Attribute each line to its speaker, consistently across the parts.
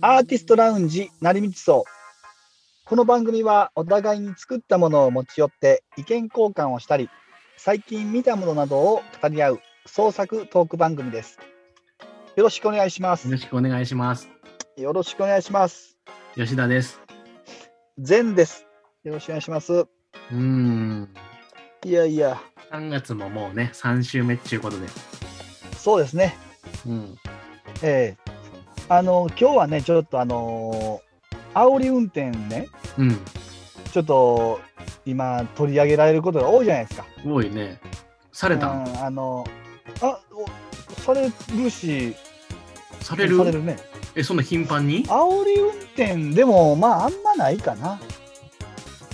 Speaker 1: アーティストラウンジ成道荘この番組はお互いに作ったものを持ち寄って意見交換をしたり最近見たものなどを語り合う創作トーク番組ですよろしくお願いします
Speaker 2: よろしくお願いします。
Speaker 1: よろしくお願いします
Speaker 2: 吉田です。
Speaker 1: 善ですよろしくお願いします
Speaker 2: うーん。
Speaker 1: いやいや
Speaker 2: 3月ももうね、3週目っていうことで。
Speaker 1: そうですね
Speaker 2: うん。
Speaker 1: ええあの今日はねちょっとあの煽り運転ね
Speaker 2: うん。
Speaker 1: ちょっと今取り上げられることが多いじゃないですか
Speaker 2: 多いね。された、
Speaker 1: うん、あのあおされるし
Speaker 2: される
Speaker 1: されるね
Speaker 2: え、そんな頻繁に
Speaker 1: 煽り運転でもまああんまないかな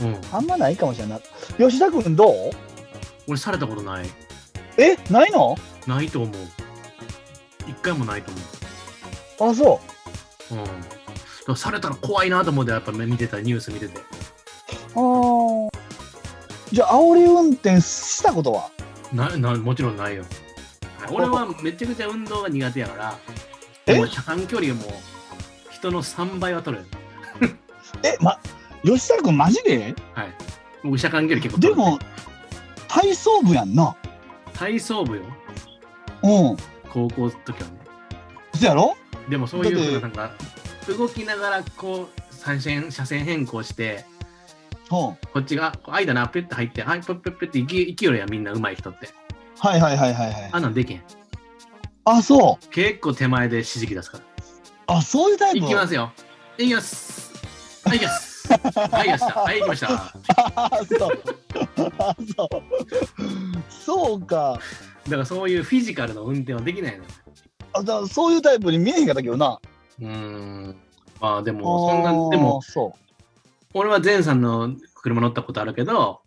Speaker 2: うん。
Speaker 1: あんまないかもしれない吉田君どう
Speaker 2: 俺、されたことない。
Speaker 1: えないの
Speaker 2: ないと思う。一回もないと
Speaker 1: あそ
Speaker 2: 思う。うん。だからされたら怖いなと思って、やっぱ見てた、ニュース見てて。
Speaker 1: うあーじゃあ煽り運転したことは
Speaker 2: ななもちろんないよ。俺はめちゃくちゃ運動が苦手やから、
Speaker 1: え
Speaker 2: でも車間距離も人の3倍は取る。
Speaker 1: えま吉田君マジで
Speaker 2: はい。僕車間距離結構取
Speaker 1: で
Speaker 2: る、
Speaker 1: も、体操部やんな
Speaker 2: 体操部よ。
Speaker 1: うん
Speaker 2: 高校の時はね。
Speaker 1: そやろ
Speaker 2: でもそういうふう
Speaker 1: だ
Speaker 2: ななんか動きながらこう三線車線変更して
Speaker 1: うん
Speaker 2: こっちがこう間なピュッて入ってはいピュッピュッピュッて行き行きよるやんみんな上手い人って
Speaker 1: はいはいはいはいはい
Speaker 2: あんなんできへん
Speaker 1: あそう
Speaker 2: 結構手前で指示器出すから
Speaker 1: あそういうタイプ
Speaker 2: 行きますよ行きますはい行きます はい行きましたはい行きました
Speaker 1: あそう。あそう。そうか。
Speaker 2: だからそういうフィジカルの運転はできないのよ
Speaker 1: あだからそういうタイプに見えへんかったけどな。
Speaker 2: うーんまあでもそんなでも
Speaker 1: あーそ
Speaker 2: 俺は前さんの車乗ったことあるけど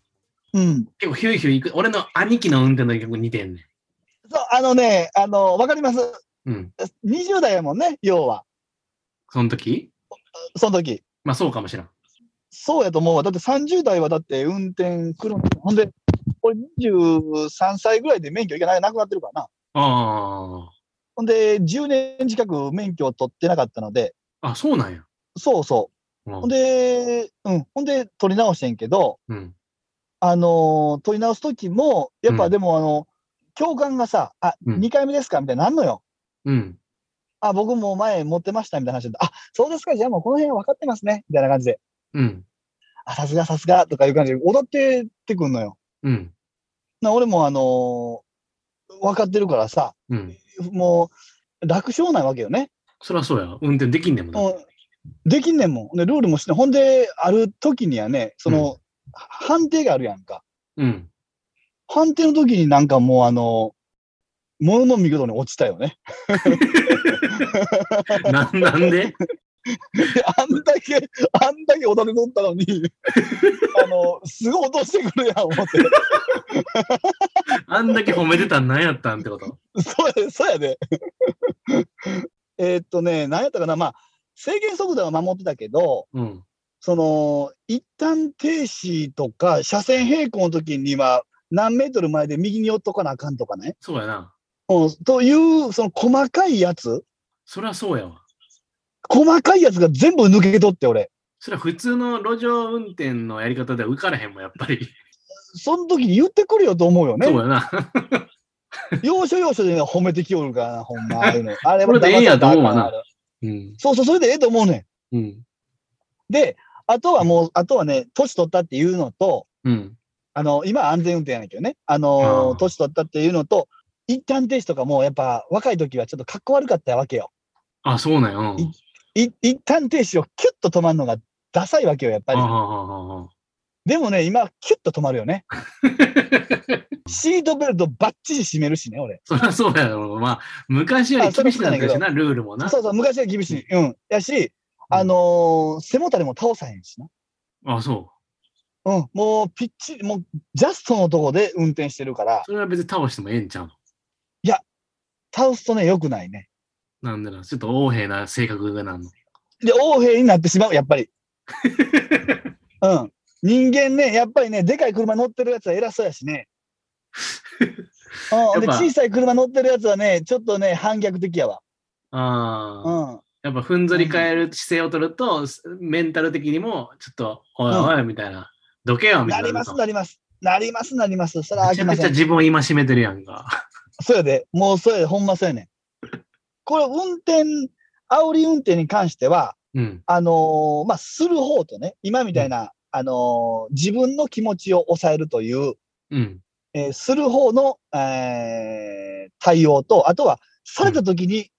Speaker 1: う。うん。
Speaker 2: 結構ヒューヒュー行く俺の兄貴の運転と結構似てんね
Speaker 1: そうあのね、あの、わかります。
Speaker 2: んうん
Speaker 1: 20代やもんね、要は。
Speaker 2: その時
Speaker 1: その時。
Speaker 2: まあそうかもしれん
Speaker 1: そうやと思うわ。だって30代はだって運転来るんほんで、俺23歳ぐらいで免許いかないなくなってるからな。
Speaker 2: あ
Speaker 1: ほんで、10年近く免許を取ってなかったので、
Speaker 2: あ、あ、そうなんや。
Speaker 1: そうそう。
Speaker 2: ほ
Speaker 1: ほん、で、うん。ほんで、取り直してんけど、
Speaker 2: うん、
Speaker 1: あのー、取り直す時も、やっ
Speaker 2: う
Speaker 1: ぱ
Speaker 2: ん
Speaker 1: でも、あの、教官がさ、あ、
Speaker 2: うん
Speaker 1: 2回目ですかみたいになんのよ。
Speaker 2: うん、
Speaker 1: あ、僕も前持ってましたみたいな話で、あ、そうですか、じゃあもうこの辺分かってますね。みたいな感じで、
Speaker 2: うん、
Speaker 1: あ、さすがさすがとかいう感じで、踊ってってくんのよ。
Speaker 2: うん、
Speaker 1: な、俺もあのー分かってるからさ、
Speaker 2: うん。
Speaker 1: もう、楽勝ないわけよね。
Speaker 2: そりゃそうや。運転できんねんもんだ。
Speaker 1: もうできんねんもん。で、ルールもして、ほんで、ある時にはね、その、判定があるやんか。
Speaker 2: うん。
Speaker 1: 判定の時になんかもうあのー、ものの見事に落ちたよね。
Speaker 2: ななんで
Speaker 1: で あんだけ、あんだけおだて取ったのに、 あの、すごい落としてくるやん、思って。
Speaker 2: あんだけ褒めてたんなんやったんってこと
Speaker 1: そうやで、そうやで。 えーっとね、なんやったかな、まあ、制限速度は守ってたけど、
Speaker 2: うん。
Speaker 1: その、一旦停止とか、車線並行の時には、何メートル前で右に寄っとかなあかんとかね。
Speaker 2: そうやな。
Speaker 1: うん、という、その細かいやつ、
Speaker 2: そりゃそうやわ。
Speaker 1: 細かいやつが全部抜け取って、俺。
Speaker 2: そりゃ普通の路上運転のやり方では受からへんもん、やっぱり。
Speaker 1: その時に言ってくるよと思うよね。
Speaker 2: そうやな。
Speaker 1: 要所要所でね褒めてきおるからな、ほんま。ああいう のあれ
Speaker 2: これでええんやと思うわな
Speaker 1: 騙されたらあかんあれ
Speaker 2: うん。
Speaker 1: そうそう、それでええと思うねん。
Speaker 2: うん。
Speaker 1: で、あとはもう、あとはね、年取ったっていうのと、
Speaker 2: うん。
Speaker 1: あの、今は安全運転やねんけどね。あの
Speaker 2: あー
Speaker 1: ー、年取ったっていうのと、一旦停止とかもやっぱ若い時はちょっとかっこ悪かったわけよ。
Speaker 2: あ、そうなんや。うん。
Speaker 1: いい一旦停止をキュッと止まるのがダサいわけよ、やっぱ
Speaker 2: あ
Speaker 1: り
Speaker 2: あ。ああああ
Speaker 1: でもね、今、キュッと止まるよ ね。シートベルトバッチリ締めるしね、俺。
Speaker 2: そりゃそうやろ。まあ、昔より厳しくなったしな、ルールもな。
Speaker 1: そうそう、昔は厳しい。うん。やし、あのー背もたれも倒さへんしな。
Speaker 2: あ、そう。
Speaker 1: うん、もうピッチ、もうジャストのとこで運転してるから、
Speaker 2: それは別に倒してもええんちゃうの
Speaker 1: 倒すとね、良くないね。
Speaker 2: なんだろう、ちょっと横柄な性格がなんの。
Speaker 1: で、横柄になってしまう、やっぱ り。うん。人間ね、やっぱりね、でかい車乗ってるやつは偉そうやしね。うん、で
Speaker 2: やっぱ
Speaker 1: 小さい車乗ってるやつはね、ちょっとね、反逆的やわ。
Speaker 2: ああ、
Speaker 1: うん。
Speaker 2: やっぱ踏んぞり変える姿勢を取ると、メンタル的にも、ちょっと、おいおい、みたいな、どけよ、みた
Speaker 1: ない
Speaker 2: な
Speaker 1: り
Speaker 2: ると。
Speaker 1: ます、なります。なります、なります。それはあ
Speaker 2: め
Speaker 1: き
Speaker 2: ちゃ
Speaker 1: ま
Speaker 2: くち
Speaker 1: せ
Speaker 2: ゃ
Speaker 1: ん。
Speaker 2: 自分を戒めてるやんか。
Speaker 1: そうやで。もうそうやで。ほんまそうやねん。これ、運転、煽り運転に関しては、
Speaker 2: うん。
Speaker 1: あのーまあ、する方とね、今みたいな、あのー自分の気持ちを抑えるという、
Speaker 2: うん。
Speaker 1: えーする方の、えー対応と、あとは、された時に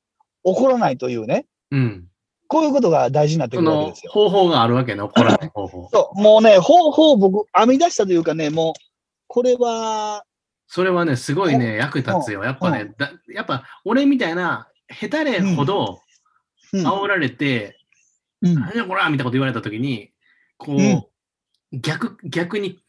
Speaker 1: 怒らないというね、
Speaker 2: うん。
Speaker 1: こういうことが大事になってく
Speaker 2: そ
Speaker 1: るわけ
Speaker 2: の
Speaker 1: ですよ。
Speaker 2: 方法があるわけね、怒らない方法。
Speaker 1: そう、もうね、方法を僕、編み出したというかね、もう、これは、
Speaker 2: それはね、すごいね、役立つよ。やっぱね、だやっぱ俺みたいな、下手れほど
Speaker 1: うん、
Speaker 2: 煽られて、
Speaker 1: うん
Speaker 2: なんでこらみたいなこと言われたときに、こう、
Speaker 1: うん
Speaker 2: 逆、逆に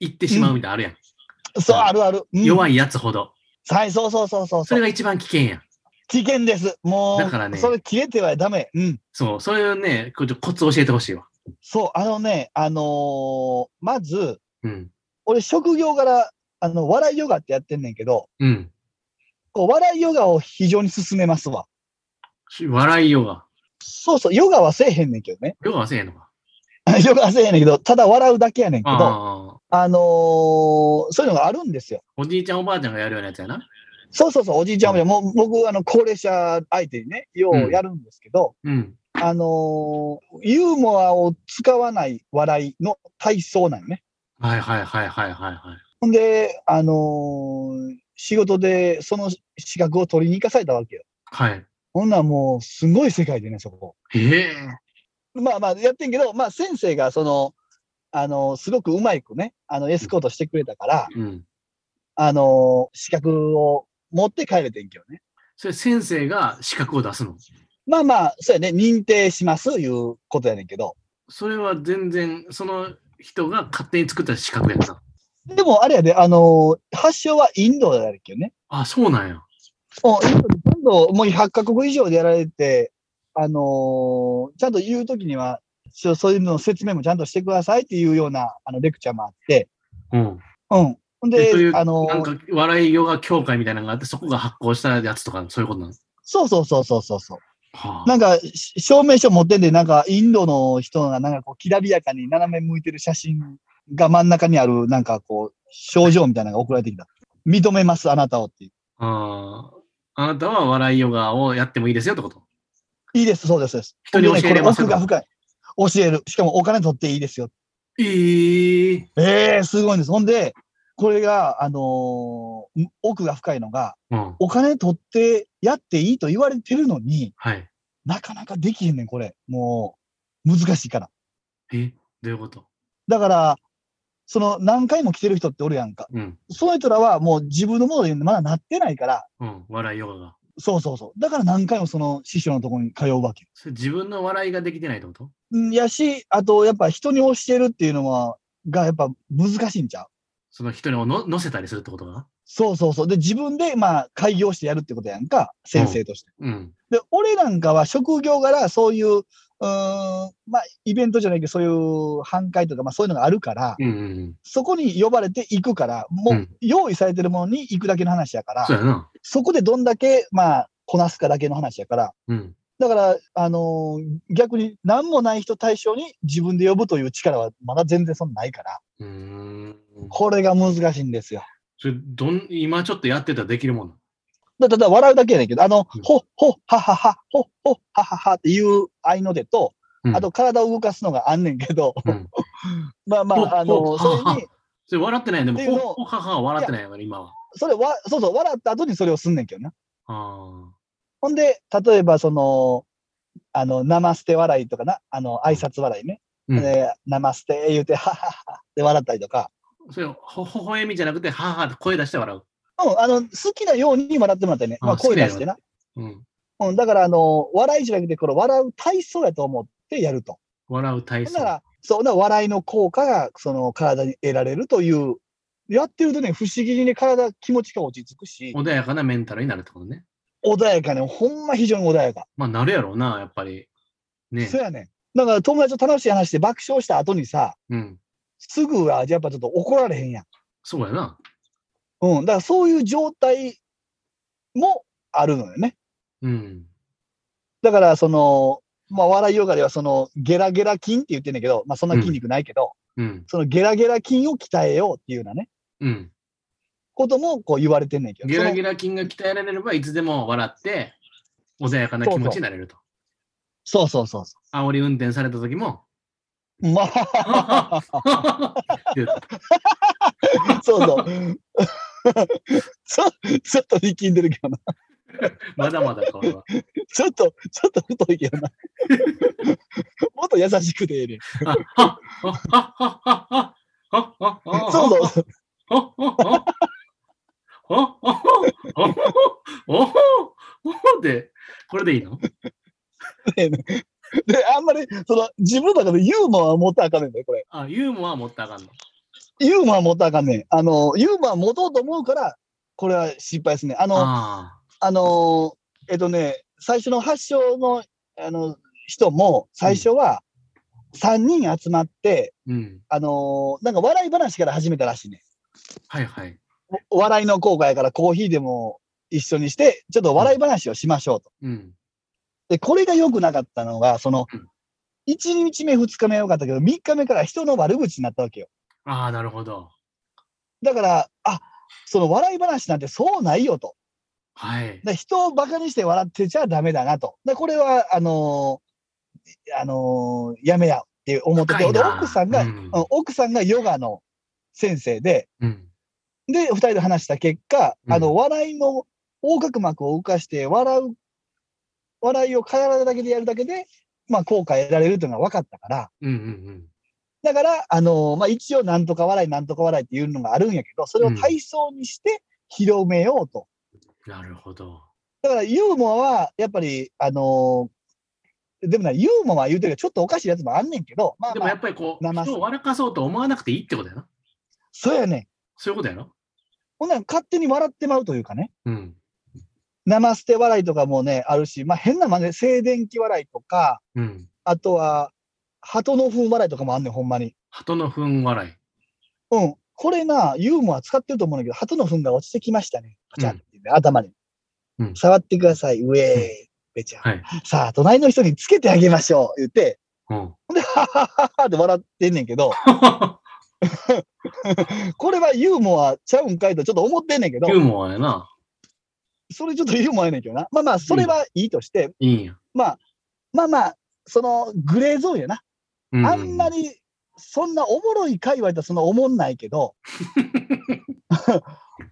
Speaker 2: 言ってしまうみたいなのあるやん。
Speaker 1: そう、あるある。うん
Speaker 2: 弱いやつほど。
Speaker 1: はい、そうそうそうそう
Speaker 2: そ
Speaker 1: そう
Speaker 2: れが一番危険やん。
Speaker 1: 危険です。もう、
Speaker 2: だからね
Speaker 1: それ切れてはダメ。うん。
Speaker 2: そう、そういうね、こうちょっとコツ教えてほしいわ。
Speaker 1: そう、あのね、あのーまず、
Speaker 2: うん。
Speaker 1: 俺、職業柄、あの、笑いヨガってやってんねんけど、
Speaker 2: うん。
Speaker 1: こう笑いヨガを非常に勧めますわ。
Speaker 2: し笑いようが。
Speaker 1: そうそう、ヨガはせえへんねんけどね。
Speaker 2: ようはせえへんのか。
Speaker 1: ヨガはせえへんねんけど、ただ笑うだけやねんけど、あ
Speaker 2: ああ。
Speaker 1: のーそういうのがあるんですよ。
Speaker 2: おじいちゃんおばあちゃんがやるようなやつやな。
Speaker 1: そうそうそう、おじいちゃんも、もう僕、あの、高齢者相手にね、ようやるんですけど、
Speaker 2: うん。
Speaker 1: あのーユーモアを使わない笑いの体操なんよね。
Speaker 2: はいはいはいはいはいはい。
Speaker 1: ほんで、あのー仕事でその資格を取りに行かされたわけよ。
Speaker 2: はい。
Speaker 1: ほんならもう、すごい世界でね、そこ。
Speaker 2: ええ
Speaker 1: まあまあ、やってんけど、まあ先生が、その、あのーすごくうまいくね、あの、エスコートしてくれたから、
Speaker 2: うん。
Speaker 1: あのー資格を持って帰れてんけどね。
Speaker 2: それ先生が資格を出すの。
Speaker 1: まあまあ、そうやね、認定します、いうことやねんけど。
Speaker 2: それは全然、その人が勝手に作った資格やな。
Speaker 1: でも、あれやで、あのー発祥はインドだっけどね。
Speaker 2: あ、そうなんや。
Speaker 1: もうインドでちゃんともう100カ国以上でやられて、あのーちゃんと言うときには、一応そういうのの説明もちゃんとしてくださいっていうようなあのレクチャーもあって、
Speaker 2: うん。
Speaker 1: うん。ほん
Speaker 2: でそうい
Speaker 1: で、
Speaker 2: う
Speaker 1: あのー
Speaker 2: なんか、笑いヨガ協会みたいなのがあって、そこが発行したやつとか、そういうことなの。
Speaker 1: そうそうそうそうそうそう。
Speaker 2: は
Speaker 1: なんか、し証明書持ってんで、なんか、インドの人が、なんかこう、きらびやかに斜め向いてる写真が真ん中にある、なんかこう、症状みたいなのが送られてきた。認めます、あなたをっていう。
Speaker 2: あああなたは笑いヨガをやってもいいですよってこと。
Speaker 1: いいです、そうです、そうです。
Speaker 2: 人に教えれます
Speaker 1: ほんでねこれ奥が深い。教える。しかもお金取っていいですよ。
Speaker 2: ええ
Speaker 1: ええすごいんです。ほんで、これが、あのーん奥が深いのが、
Speaker 2: うん。
Speaker 1: お金取ってやっていいと言われてるのに、
Speaker 2: はい。
Speaker 1: なかなかできへんねん、これ。もう、難しいから。
Speaker 2: え、どういうこと
Speaker 1: だから、その何回も来てる人っておるやんか。
Speaker 2: うん。
Speaker 1: その人らはもう自分のものでまだなってないから、
Speaker 2: うん。笑いヨガが。
Speaker 1: そうそうそう。だから何回もその師匠のところに通うわけ。
Speaker 2: それ自分の笑いができてないってこと
Speaker 1: んやし、あと、やっぱ人に教えるっていうのは、がやっぱ難しいんちゃう
Speaker 2: その人にの乗せたりするってことが
Speaker 1: そうそうそう。で、自分で、まあ、開業してやるってことやんか、先生として。
Speaker 2: うん。
Speaker 1: で、俺なんかは職業柄、そういう、うーん、まあ、イベントじゃないけど、そういう半会とか、まあ、そういうのがあるから、
Speaker 2: うんうんうん。
Speaker 1: そこに呼ばれて行くから、も
Speaker 2: う、
Speaker 1: うん用意されてるものに行くだけの話やから、
Speaker 2: そうやな。
Speaker 1: そこでどんだけ、まあ、こなすかだけの話やから、
Speaker 2: うん。
Speaker 1: だから、あのー逆に何もない人対象に自分で呼ぶという力はまだ全然そんなないから、
Speaker 2: うーん。
Speaker 1: これが難しいんですよ。
Speaker 2: それどん今ちょっとやってたらできるもんな
Speaker 1: だ
Speaker 2: の
Speaker 1: だだ笑うだけやねんけど、あの
Speaker 2: うん、
Speaker 1: ほっほっははは、ほっほっはははっていう合いの手と、
Speaker 2: うん
Speaker 1: あと体を動かすのがあんねんけど、
Speaker 2: うん。
Speaker 1: まあま
Speaker 2: ほっ
Speaker 1: あ、あ
Speaker 2: ほ
Speaker 1: の、
Speaker 2: っ
Speaker 1: そ
Speaker 2: はは
Speaker 1: れに、
Speaker 2: それ笑ってないので
Speaker 1: っていう
Speaker 2: も、
Speaker 1: のを
Speaker 2: ほほははは笑ってないよね、今は。
Speaker 1: それわ、そうそう、笑った後にそれをすんねんけどな。
Speaker 2: あ
Speaker 1: ほんで、例えばその、あの、生捨て笑いとかな、あの、挨拶笑いね。
Speaker 2: あ。うん。
Speaker 1: で、生捨て言うて、はははって笑ったりとか、
Speaker 2: それ、ほほほえみじゃなくて、はははって声出して笑
Speaker 1: うん、あの、好きなように笑ってもらってね。
Speaker 2: あ
Speaker 1: まあ、声出し
Speaker 2: 好き
Speaker 1: て
Speaker 2: な
Speaker 1: な。
Speaker 2: う。うん。
Speaker 1: うん、だから、あの、笑いじゃなくて、これ笑う体操やと思ってやると。
Speaker 2: 笑う体
Speaker 1: ほん
Speaker 2: 操
Speaker 1: な。ら、そうな笑いの効果がその体に得られるという、やってるとね、不思議にね、体、気持ちが落ち着くし、
Speaker 2: 穏やかなメンタルになるってことね。
Speaker 1: 穏やかね、ほんま非常に穏やか。
Speaker 2: まあ、なるやろうな、やっぱり。ね
Speaker 1: そ。うやねん。だから友達と楽しい話で爆笑した後にさ、
Speaker 2: うん。
Speaker 1: すぐはやっぱちょっと怒られへんやん。
Speaker 2: そうやな。
Speaker 1: うん、だからそういう状態もあるのよね。
Speaker 2: うん。
Speaker 1: だから、その、まあ、笑いよがでは、その、ゲラゲラ筋って言ってんだけど、まあ、そんな筋肉ないけど、
Speaker 2: うん。
Speaker 1: そのゲラゲラ筋を鍛えようっていうようなね、
Speaker 2: うん。
Speaker 1: こともこう言われてんねんけど、
Speaker 2: ゲラ
Speaker 1: そ
Speaker 2: ゲラ筋が鍛えられれば、いつでも笑って、穏やかな気持ちになれると。
Speaker 1: のそうそうそうそ
Speaker 2: 煽り運転された時も、
Speaker 1: う。まあ、そうそう。ちょちょっと力んでるけどな。
Speaker 2: まだまだこう。
Speaker 1: ちょっと、ちょっと太いけどな。もっと優しくてええねん。そう そうそう。
Speaker 2: で、これでいいの
Speaker 1: で、あんまり、その、自分の中でユーモアは持ったらあかんねんだよ、これ。
Speaker 2: あ、ユーモア持ってあかんの。
Speaker 1: ユーモアは持ったらあかんねん。あの、ユーモア持とうと思うから、これは失敗ですね。あの、あ
Speaker 2: あ
Speaker 1: の、えっとね、最初の発祥の、あの、人も、最初は、3人集まって、
Speaker 2: あ、うん。
Speaker 1: あのなんか笑い話から始めたらしいね。
Speaker 2: はいはい。
Speaker 1: おお笑いの効果やからコーヒーでも一緒にして、ちょっと笑い話をしましょうと。
Speaker 2: うん。
Speaker 1: で、これが良くなかったのが、その
Speaker 2: うん、
Speaker 1: 1日目、2日目は良かったけど、3日目から人の悪口になったわけよ。
Speaker 2: ああ、なるほど。
Speaker 1: だから、あその笑い話なんてそうないよと。
Speaker 2: はい。
Speaker 1: で人をバカにして笑ってちゃダメだなと。で、これは、あのーあのーやめやって思ってて、
Speaker 2: 深い
Speaker 1: で
Speaker 2: な
Speaker 1: 奥さんが、
Speaker 2: う
Speaker 1: うんん奥さんがヨガの先生で、
Speaker 2: うん。
Speaker 1: で、二人で話した結果、
Speaker 2: うん
Speaker 1: あの、笑いの横隔膜を浮かして、笑う、笑いを体だけでやるだけで、まあ、効果得られるというのが分かったから、
Speaker 2: うんうん
Speaker 1: だから、あのまあ、一応、なんとか笑い、なんとか笑いっていうのがあるんやけど、それを体操にして広めようと。
Speaker 2: うん。なるほど。
Speaker 1: だから、ユーモアは、やっぱり、あのでもな、ユーモアは言うてるけど、ちょっとおかしいやつもあんねんけど、まあ
Speaker 2: で
Speaker 1: ま
Speaker 2: もやっ
Speaker 1: あ、
Speaker 2: ぱりこう、
Speaker 1: 生
Speaker 2: 人を笑かそうと思わなくていいってことやな。
Speaker 1: そうやねん。
Speaker 2: そういうことやろ
Speaker 1: ほんなら勝手に笑ってまうというかね。
Speaker 2: うん。
Speaker 1: 生捨て笑いとかもね、あるし、まあ、変な真似、静電気笑いとか、
Speaker 2: うん。
Speaker 1: あとは、鳩の糞笑いとかもあんねん、ほんまに。
Speaker 2: 鳩の糞笑い。
Speaker 1: うん。これな、ユーモア使ってると思うんだけど、鳩の糞が落ちてきましたね。カチャンって、頭に。
Speaker 2: うん
Speaker 1: 触ってください。ウェーイ。べちゃん。
Speaker 2: はい。
Speaker 1: さあ、隣の人につけてあげましょう。言って、
Speaker 2: うん。
Speaker 1: ほんで、ははははって笑ってんねんけど、これはユーモアちゃうんかいとちょっと思ってんねんけど
Speaker 2: ユ、ーモアやな。
Speaker 1: それちょっとユーモアやねんけどな。まあまあ、それはいいとして、
Speaker 2: いいんや。
Speaker 1: まあ、まあまあ、そのグレーゾーンやな。
Speaker 2: うう
Speaker 1: あんま。り、そんなおもろい会話やったらそんなおもんないけ ど、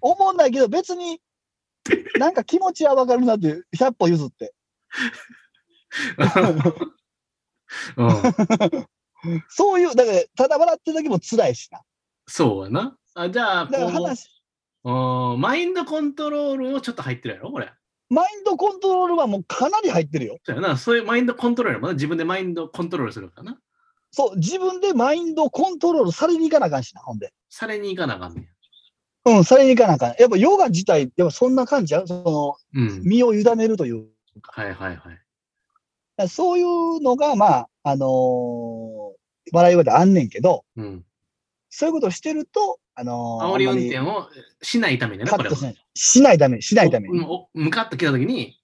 Speaker 1: おもんないけど別に、なんか気持ちはわかるなっていう、100歩譲 って。
Speaker 2: うん。
Speaker 1: そういう、だから、ただ笑ってるだけも辛いしな。
Speaker 2: そうやな。あじゃあ、
Speaker 1: だから
Speaker 2: こう
Speaker 1: 話、
Speaker 2: うんマインドコントロールをちょっと入ってるやろこれ。
Speaker 1: マインドコントロールはもうかなり入ってるよ。
Speaker 2: そうやな。そういうマインドコントロールやもんな。自分でマインドコントロールするからな。
Speaker 1: そう、自分でマインドコントロールされに行かなあかんしな、ほんで。
Speaker 2: されに行かなあかんね
Speaker 1: うん、されに行かなあかん。やっぱヨガ自体、でもそんな感じちゃうその、
Speaker 2: ん。うん。
Speaker 1: 身を委ねるという
Speaker 2: はいはいはい。
Speaker 1: だからそういうのが、まあ、あのー笑い声であんねんけど、
Speaker 2: うん。
Speaker 1: そういうことをしてると、あのー
Speaker 2: 煽り
Speaker 1: あん
Speaker 2: 運
Speaker 1: まり
Speaker 2: 転をしないためにね、
Speaker 1: カ
Speaker 2: こ
Speaker 1: ッ
Speaker 2: れ
Speaker 1: ト
Speaker 2: は
Speaker 1: し。ない。しないため、しないため。うん。
Speaker 2: おお向かってきたときに、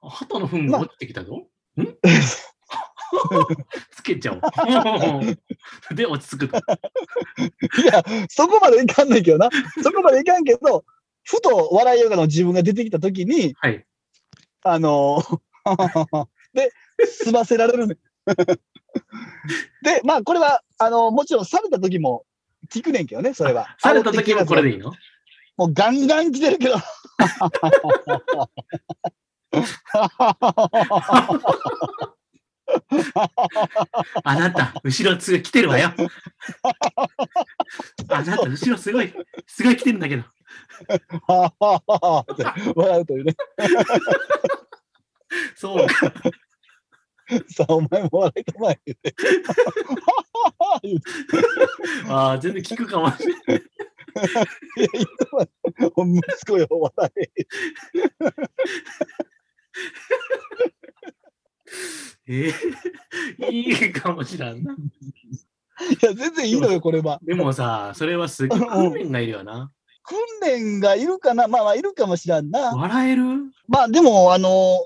Speaker 2: 鳩の糞が落ちてきた ぞ。んつけちゃ おう。で、落ち着くと。
Speaker 1: いや、そこまでいかんねんけどな。そこまでいかんけど、ふと笑いヨガの自分が出てきたときに、
Speaker 2: はい。
Speaker 1: あの ーで、済ませられるねん。で、まあ、これは、あのーもちろんされた時も聞くねんけどね、それは。
Speaker 2: された時もこれでいいの
Speaker 1: もうガンガン来てるけど。
Speaker 2: あなた、後ろつ来てる わよ。あなた、後ろすごい、すごい来てるんだけど。
Speaker 1: って笑うというね。
Speaker 2: そうか。
Speaker 1: さあ、お前も笑いたまえ言うて。言うて
Speaker 2: ああ、全然聞くかもしれない。
Speaker 1: いや、言うてまえほんま息子よ、笑え。
Speaker 2: えーいいかもしらんな。
Speaker 1: いや、全然いいのよ、これは。
Speaker 2: でもさ、それはすごい訓練がいるよな。
Speaker 1: 訓練がいるかなまあまあ、いるかもしらんな。
Speaker 2: 笑える
Speaker 1: まあ、でも、あの、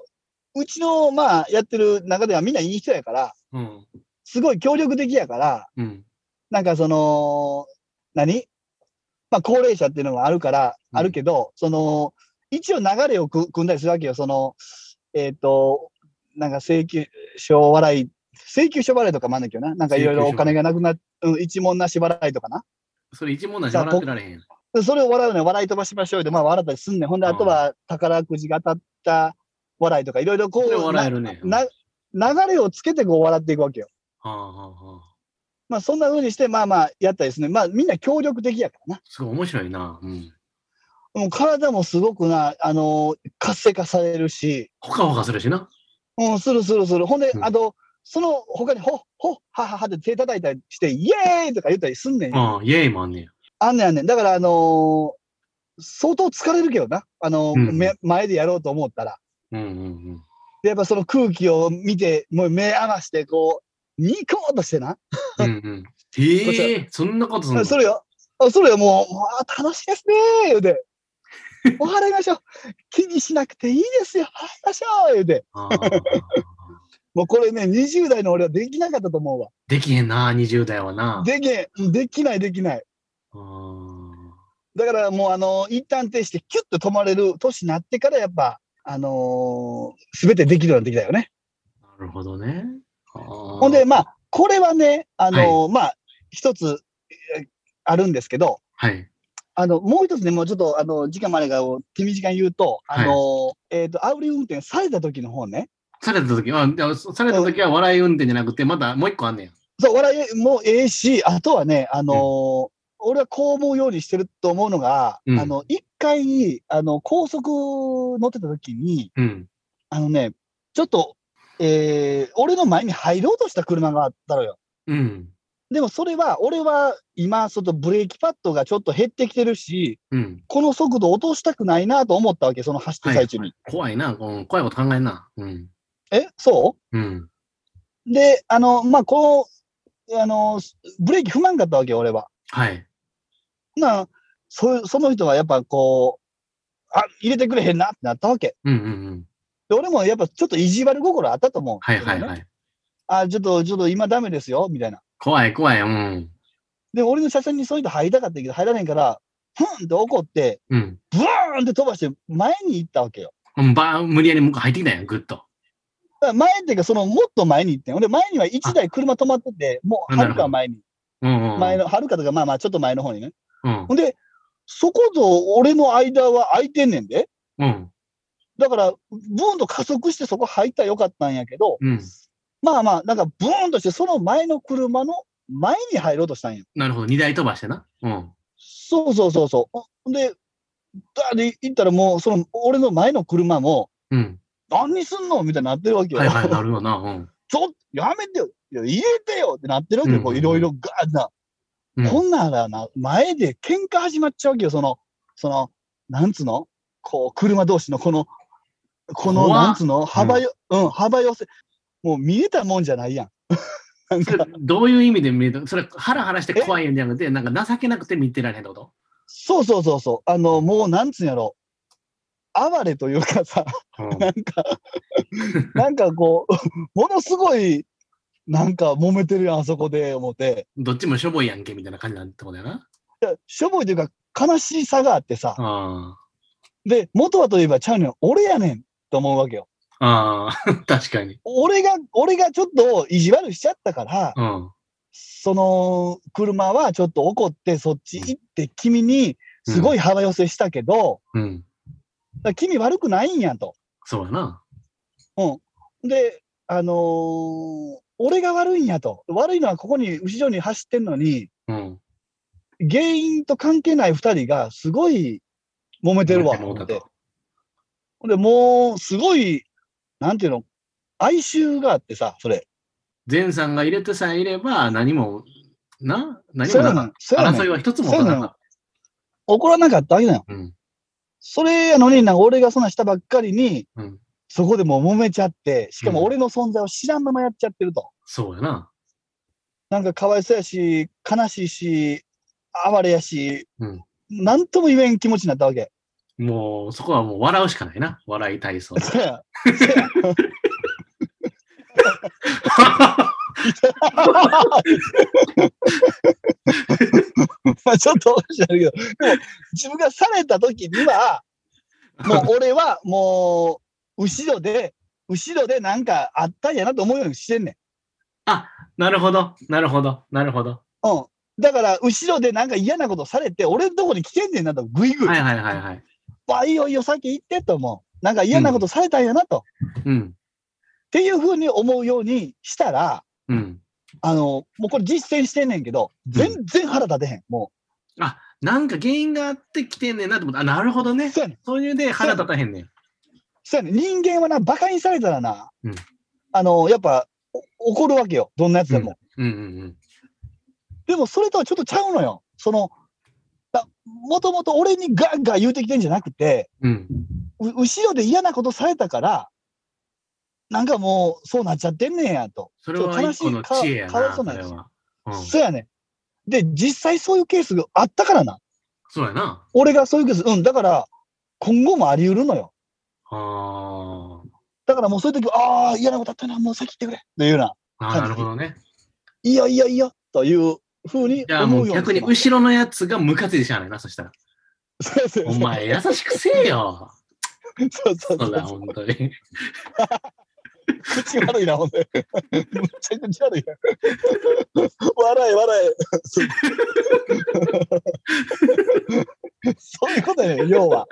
Speaker 1: うちの、まあ、やってる中ではみんないい人やから、
Speaker 2: うん。
Speaker 1: すごい協力的やから、
Speaker 2: うん。
Speaker 1: なんかその、何まあ、高齢者っていうのもあるから、
Speaker 2: うん
Speaker 1: あるけど、その、一応流れをく組んだりするわけよ。その、えっ、と、なんか請求書払い、請求書払いとかもあるんだけどな。なんかいろいろお金がなくなっ、うん、一文なし払いとかな。
Speaker 2: それ一文なし笑ってられへん。
Speaker 1: それを笑うね、笑い飛ばしましょうよって、まあ笑ったりすんねん。ほんで、
Speaker 2: あ
Speaker 1: あ
Speaker 2: ー
Speaker 1: とは宝くじが当たった笑いとか、いろいろこ
Speaker 2: それ
Speaker 1: う、
Speaker 2: 笑えるね。
Speaker 1: なな流れをつけてこう笑っていくわけよ。
Speaker 2: はあはあはあ。
Speaker 1: まあそんな風にして、まあまあやったりですね。まあみんな協力的やからな。
Speaker 2: すごい面白いな。うん。
Speaker 1: もう体もすごくな、あのー活性化されるし、
Speaker 2: ほかほかするしな。
Speaker 1: うん、するするする。ほんで、
Speaker 2: うん
Speaker 1: あと、その他に、ほ、ほ、はははって手叩いたりして、イエーイとか言ったりすんねん。
Speaker 2: ああ、イェーイもあんねや。
Speaker 1: あんねんあんねん。だから、あのー相当疲れるけどな。あのー
Speaker 2: うん
Speaker 1: め前でやろうと思ったら。
Speaker 2: うんうん
Speaker 1: で、やっぱその空気を見て、もう目合わせて、こう、ニコーっとしてな。
Speaker 2: うん。うんうん。へえ、そんなことすんの
Speaker 1: それよ。あそれよ、もう、もう楽しいですねー、言うて。お払いましょう。気にしなくていいですよ。払いましょう、言うて。
Speaker 2: あー
Speaker 1: もうこれね、20代の俺はできなかったと思うわ。
Speaker 2: できへんな、20代はな。
Speaker 1: できへん、できない、できない。
Speaker 2: あー
Speaker 1: だからもう、あの、一旦停止して、キュッと止まれる年になってから、やっぱ、あのすべてできるようになってきたよね。
Speaker 2: なるほどね。ほ
Speaker 1: ほんで、、まあ、これはね、あのまあ、一つ、えーあるんですけど、
Speaker 2: はい。
Speaker 1: あの、もう一つね、もうちょっと、あの、時間までが、手短に言うと、あのえっ、と、煽り運転された時の方ね、
Speaker 2: された時は、でもされた時は笑い運転じゃなくて、またもう一個あんねや。
Speaker 1: そう、笑いもええし、あとはね、あの俺はこう思うようにしてると思うのが、
Speaker 2: うん
Speaker 1: あの、一回、あの、高速乗ってた時に、
Speaker 2: うん。
Speaker 1: あのね、ちょっと、えー俺の前に入ろうとした車があったのよ。
Speaker 2: うん。
Speaker 1: でもそれは、俺は今、ちょっとブレーキパッドがちょっと減ってきてるし、
Speaker 2: うん。
Speaker 1: この速度落としたくないなと思ったわけ、その走ってる最中に。
Speaker 2: 怖いな、うん怖いこと考えんな。うん。
Speaker 1: え、そ
Speaker 2: うん。
Speaker 1: うで、あの、まあ、この、あの、ブレーキ踏まんかったわけよ、俺は。
Speaker 2: はい。
Speaker 1: なそその人はやっぱこう、あ入れてくれへんなってなったわけ。
Speaker 2: うんうんうん。
Speaker 1: で俺もやっぱちょっと意地悪心あったと思う。
Speaker 2: はいはい
Speaker 1: それね
Speaker 2: はい。
Speaker 1: あ、ちょっと、ちょっと今ダメですよ、みたいな。
Speaker 2: 怖い怖い。うん。
Speaker 1: で、俺の車線にその人入りたかったけど、入られへんから、ふんって怒って、
Speaker 2: うん。
Speaker 1: ブワーンって飛ばして前に行ったわけよ。
Speaker 2: うんば無理やり向こう入ってきたんやん、ぐっと。
Speaker 1: だから前っていうか、そのもっと前に行ってん。俺、前には1台車止まってて、もう
Speaker 2: あな
Speaker 1: はる
Speaker 2: るほど
Speaker 1: か前に。
Speaker 2: うんうん。
Speaker 1: 前の、はるかとか、まあまあ、ちょっと前の方にね。
Speaker 2: うん
Speaker 1: ほんで、そこと俺の間は空いてんねんで。
Speaker 2: うん。
Speaker 1: だから、ブーンと加速してそこ入ったらよかったんやけど、
Speaker 2: うん。
Speaker 1: まあまあ、なんかブーンとして、その前の車の前に入ろうとしたんや。
Speaker 2: なるほど。二台飛ばしてな。うん。
Speaker 1: そうそうそうそう。で、だで行ったらもう、その、俺の前の車も、
Speaker 2: うん。
Speaker 1: 何すんのみたいになってるわけよ。
Speaker 2: はいはい、なるよな。うん。
Speaker 1: ちょっと、やめてよ。いや入れてよってなってるわけよ。こ
Speaker 2: うん
Speaker 1: う
Speaker 2: うん
Speaker 1: いろいろガーッてな。
Speaker 2: うん
Speaker 1: こんなんらな、前で喧嘩始まっちゃうわけよ。その、その、なんつうのこう、車同士のこの、この、
Speaker 2: 怖っ
Speaker 1: なんつうの幅よ、うん、幅寄せ。もう見えたもんじゃないやん。 なん
Speaker 2: それ
Speaker 1: か、
Speaker 2: どういう意味で見えたそれ、ハラハラして怖いんじゃなくて、なんか情けなくて見てられへんってこと
Speaker 1: そうそうそうそう。あの、もうなんつうんやろ。哀れというかさ、
Speaker 2: うん
Speaker 1: なんかこう、 ものすごい、なんか揉めてるやん、あそこで、思って。
Speaker 2: どっちもしょぼいやんけ、みたいな感じなんてことやな。
Speaker 1: いやしょぼいというか、悲しさがあってさ、
Speaker 2: あ
Speaker 1: で、元はといえばちゃうねん、俺やねんと思うわけよ。
Speaker 2: あ。ああ。 確かに。
Speaker 1: 俺が、俺がちょっと意地悪しちゃったから、
Speaker 2: うん。
Speaker 1: その車はちょっと怒って、そっち行って、君にすごい幅寄せしたけど、
Speaker 2: うん。
Speaker 1: だから君悪くないんやと。
Speaker 2: そうやな。
Speaker 1: で、あのー俺が悪いんやと。悪いのはここに、後ろに走ってんのに、
Speaker 2: うん。
Speaker 1: 原因と関係ない二人がすごい揉めてるわ、
Speaker 2: もう
Speaker 1: 思
Speaker 2: だ
Speaker 1: って
Speaker 2: と。
Speaker 1: ほんで、もう、すごい、なんていうの、哀愁があってさ、それ。
Speaker 2: 前さんが入れてさえいれば、何も、な何
Speaker 1: そ
Speaker 2: も
Speaker 1: う
Speaker 2: な
Speaker 1: な
Speaker 2: か
Speaker 1: の、
Speaker 2: った
Speaker 1: そうな
Speaker 2: 争い
Speaker 1: の、
Speaker 2: は一つも起こらなかっ
Speaker 1: 怒らなかったわけだよ。
Speaker 2: た。うん。
Speaker 1: それやのに、なんか俺がそんなんしたばっかりに、
Speaker 2: うん。
Speaker 1: そこでもう揉めちゃって、しか
Speaker 2: う
Speaker 1: も
Speaker 2: ん
Speaker 1: 俺の存在を知らんままやっちゃってると。
Speaker 2: そうやな。
Speaker 1: なんかかわいそうやし、悲しいし、哀れやし、
Speaker 2: うん
Speaker 1: なんとも言えん気持ちになったわけ。
Speaker 2: もう、そこはもう笑うしかないな。笑い体操。
Speaker 1: そうや。そうやまあちょっとおかしいんだけど、でも自分がされた時には、もう俺はもう、後ろで、後ろでなんかあったんやなと思うようにしてんね
Speaker 2: あ、なるほど、なるほど、なるほど。
Speaker 1: ん。うん。だから、後ろでなんか嫌なことされて、俺のとこに来てんねんなと、ぐいぐい。
Speaker 2: はいはいはいはい。
Speaker 1: わあ、いいよいいよ、先行ってと思う。なんか嫌なことされたんやなと。っ
Speaker 2: うん、
Speaker 1: ていうふうに思うようにしたら、
Speaker 2: うん。
Speaker 1: あの、もうこれ実践してんねんけど、全然腹立てへん。も
Speaker 2: あ、なんか原因があってきてんねんなと思った。あ、なるほど
Speaker 1: う、
Speaker 2: ね。
Speaker 1: そうやねん。
Speaker 2: そういうで腹立たへんねん。
Speaker 1: そうやねん。人間はな、馬鹿にされたらな、
Speaker 2: うん
Speaker 1: あの、やっぱ、お怒るわけよ。どんなやつでも。
Speaker 2: うんうん
Speaker 1: でもそれとはちょっとちゃうのよ。その、もともと俺にガンガン言うてきてんじゃなくて、
Speaker 2: うん。うん。
Speaker 1: う後ろで嫌なことされたから、なんかもうそうなっちゃってんねんやと。
Speaker 2: それは一個の知恵や
Speaker 1: かわい
Speaker 2: な、
Speaker 1: そ
Speaker 2: そう
Speaker 1: なん
Speaker 2: れ
Speaker 1: ですよ
Speaker 2: は。うん、
Speaker 1: そうやねん。で、実際そういうケースがあったからな。
Speaker 2: そうやな。
Speaker 1: 俺がそういうケース、うん、だから今後もあり得るのよ。
Speaker 2: あ
Speaker 1: だからもうそういう時は、ああ、嫌なことあったな、もう先行ってくれ。っていうような、
Speaker 2: ーあー、
Speaker 1: 感じ
Speaker 2: なるほどね。
Speaker 1: いいよいいよいいよ、というふうに
Speaker 2: じゃあ
Speaker 1: 思
Speaker 2: も
Speaker 1: う
Speaker 2: う
Speaker 1: ように
Speaker 2: 逆に
Speaker 1: します
Speaker 2: 後ろのやつがムカついてしゃあないな、そしたら。
Speaker 1: そうそうそう
Speaker 2: お前優しくせえよ。
Speaker 1: そう そうそ
Speaker 2: そう
Speaker 1: う
Speaker 2: だ、本当に。
Speaker 1: 口悪いな、ほんで。むちゃくちゃ悪いな。笑え、笑え。そういうことやねん、要は。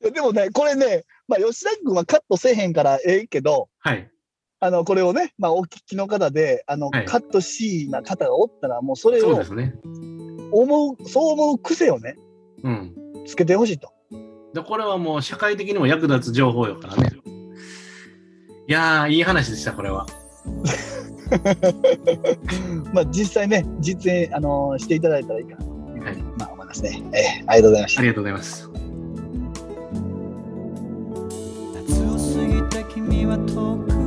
Speaker 1: いやでもね、これね、まあ、吉田君はカットせえへんからええけど、
Speaker 2: はい。
Speaker 1: あのこれをね、まあ、お聞きの方で、あの
Speaker 2: はい
Speaker 1: カットしいな方がおったら、もうそれ
Speaker 2: そう
Speaker 1: を
Speaker 2: ですね。
Speaker 1: 思う、そう思う癖をね、
Speaker 2: うん。
Speaker 1: つけてほしいと。
Speaker 2: でこれはもう社会的にも役立つ情報よからね。いやー、いい話でした、これは。
Speaker 1: まあ、実際ね、実演、あのーしていただいたらいいかなと、
Speaker 2: はい
Speaker 1: まあ、思いますね、えーありがとうございました
Speaker 2: あ。りがとうございます。
Speaker 3: 夏を過ぎた君は遠く